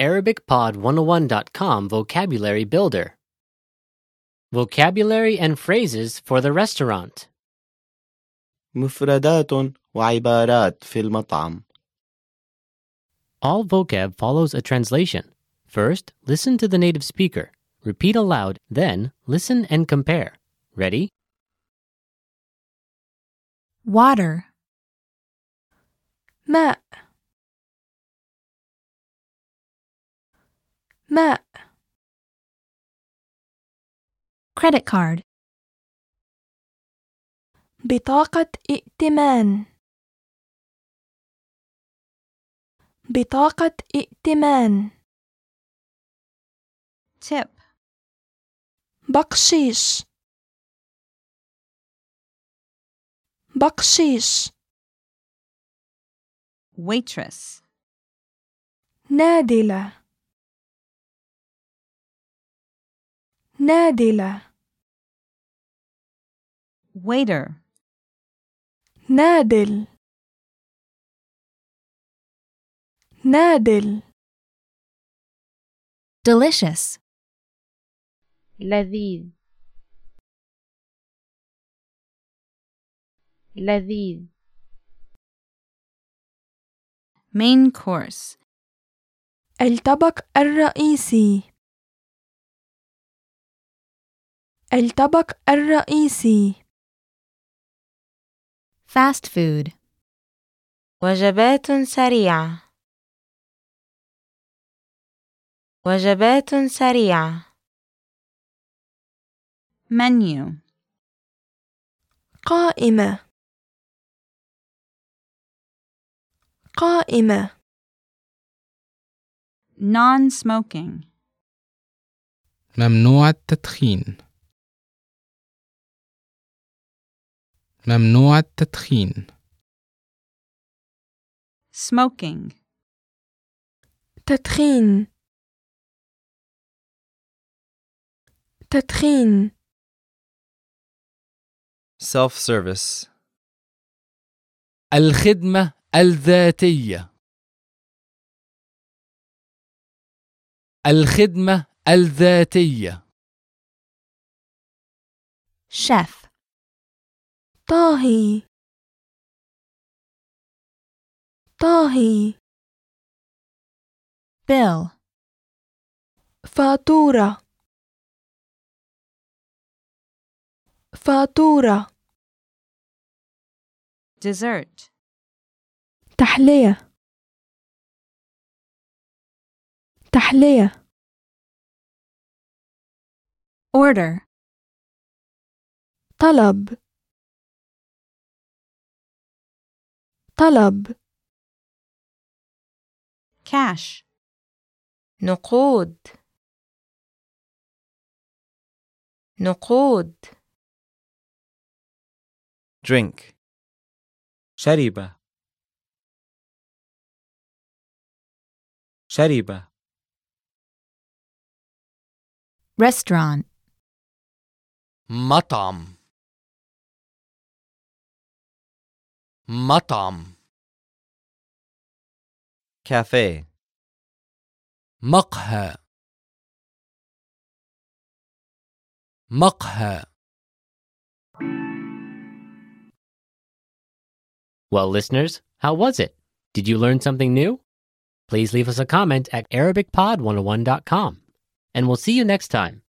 ArabicPod101.com Vocabulary Builder. Vocabulary and phrases for the restaurant. مفردات وعبارات في المطعم All vocab follows a translation. First, listen to the native speaker. Repeat aloud, then, listen and compare. Ready? water ماء ماء credit card بطاقة ائتمان بطاقة ائتمان tip, بقشيش بقشيش waitress, نادلة نادلة waiter, نادل نادل delicious لذيذ لذيذ main course, الطبق الرئيسي الطبق الرئيسي fast food وجبات سريعة وجبات سريعة menu, قائمة قائمة non smoking, ممنوع التدخين ممنوع التدخين smoking, تدخين تدخين self-service الخدمة الذاتية الخدمة الذاتية chef طاهي طاهي bill فاتورة فاتورة dessert, تحلية تحلية order, طلب طلب cash, نقود نقود drink شرب شرب restaurant مطعم مطعم كافيه مقهى مقهى Well, listeners, how was it? Did you learn something new? oh Please leave us a comment at ArabicPod101.com. And we'll see you next time.